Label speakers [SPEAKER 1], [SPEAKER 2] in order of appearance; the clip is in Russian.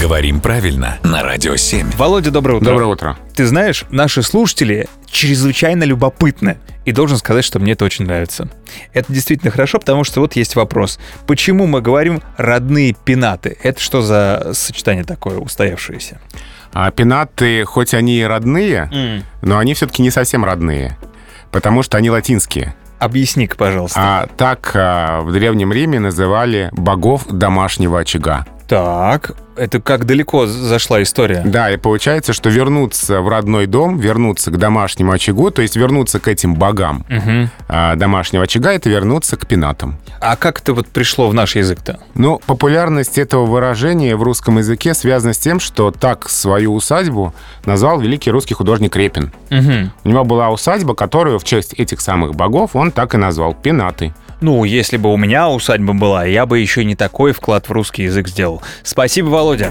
[SPEAKER 1] Говорим правильно на Радио 7.
[SPEAKER 2] Володя, доброе утро.
[SPEAKER 3] Доброе утро.
[SPEAKER 2] Ты знаешь, наши слушатели чрезвычайно любопытны. И должен сказать, что мне это очень нравится. Это действительно хорошо, потому что вот есть вопрос. Почему мы говорим «родные пенаты»? Это что за сочетание такое устоявшееся?
[SPEAKER 3] А пенаты, хоть они и родные, но они все-таки не совсем родные, потому что они латинские.
[SPEAKER 2] Объясни-ка, пожалуйста.
[SPEAKER 3] А так а, в Древнем Риме называли богов домашнего очага.
[SPEAKER 2] Так, это как далеко зашла история?
[SPEAKER 3] Да, и получается, что вернуться в родной дом, вернуться к домашнему очагу, то есть вернуться к этим богам
[SPEAKER 2] Мгм.
[SPEAKER 3] а, домашнего очага, это вернуться к пенатам.
[SPEAKER 2] А как это вот пришло в наш язык-то?
[SPEAKER 3] Но популярность этого выражения в русском языке связана с тем, что так свою усадьбу назвал великий русский художник Репин.
[SPEAKER 2] Мгм.
[SPEAKER 3] У него была усадьба, которую в честь этих самых богов он так и назвал пенаты.
[SPEAKER 2] Ну, если бы у меня усадьба была, я бы еще не такой вклад в русский язык сделал. Спасибо, Володя.